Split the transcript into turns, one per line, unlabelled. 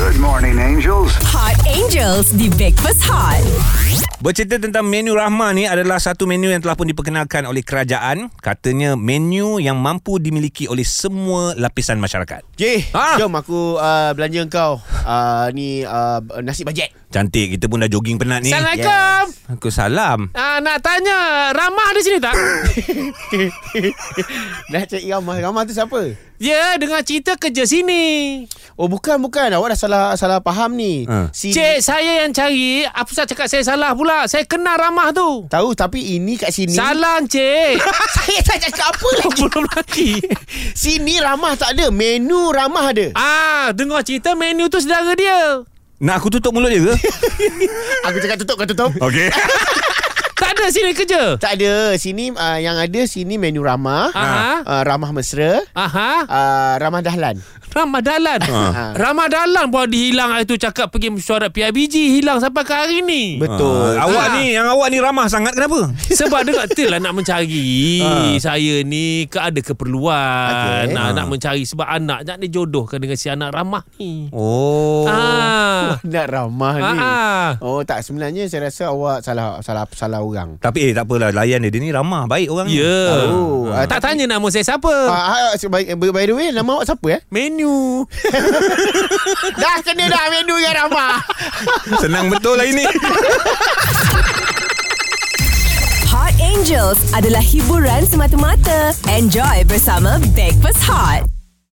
Good morning, angels.
Hot Angels di Breakfast Hot.
Bercerita tentang menu Rahma ni adalah satu menu yang telah pun diperkenalkan oleh kerajaan. Katanya menu yang mampu dimiliki oleh semua lapisan masyarakat.
Jeh,
Ah.
ha? jom aku uh, belanja kau uh, ni uh, nasi bajet.
Cantik, kita pun dah jogging penat ni.
Assalamualaikum.
Aku salam.
Ah, nak tanya Ramah ada sini tak?
Dah cari Ramah. Ramah tu siapa?
ya, dengar cerita kerja sini.
Oh bukan bukan awak dah salah salah faham ni.
Ha.
Si
Cik saya yang cari, apa saya cakap saya salah pula. Saya kenal Ramah tu.
tahu tapi ini kat sini.
Salah cik.
Saya tak cakap apa lagi.
Belum lagi.
Sini Ramah tak ada, menu Ramah ada.
Ah, dengar cerita menu tu saudara dia.
Nak aku tutup mulut dia ke?
Aku cakap tutup kau tutup.
Oh.
Okey.
Tak ada sini kerja.
Tak ada. Sini uh, yang ada sini menu Ramah.
Aha.
Uh, Ramah Mesra.
Aha,
Uh, Ramah Dahlan.
Ramadalan.
Ah.
Ramadalan pun dihilang hari tu cakap pergi mesyuarat PIBG, hilang sampai ke hari ni.
Betul.
Ah, awak ni, yang awak ni ramah sangat kenapa?
Sebab dengar Til lah nak mencari
Ha.
Saya ni ke ada keperluan
Okey.
okay.
Ha.
nak, nak mencari Sebab anak nak dijodohkan dengan si anak ramah ni
Oh.
Ah,
Nak Ramah
ah,
ni.
ah.
Oh tak sebenarnya saya rasa awak salah salah salah orang.
Tapi eh tak apalah layan dia dia ni ramah, baik orang ni.
Ya
Oh, ah,
Tak tanya nama
Ah,
saya
Ha.
siapa
ah, ah, by, by the way nama awak siapa eh?
Menu
dah kena dah ya, menu yang ramah.
Senang betul lah ini.
Hot Angels adalah hiburan semata-mata. Enjoy bersama Breakfast Hot.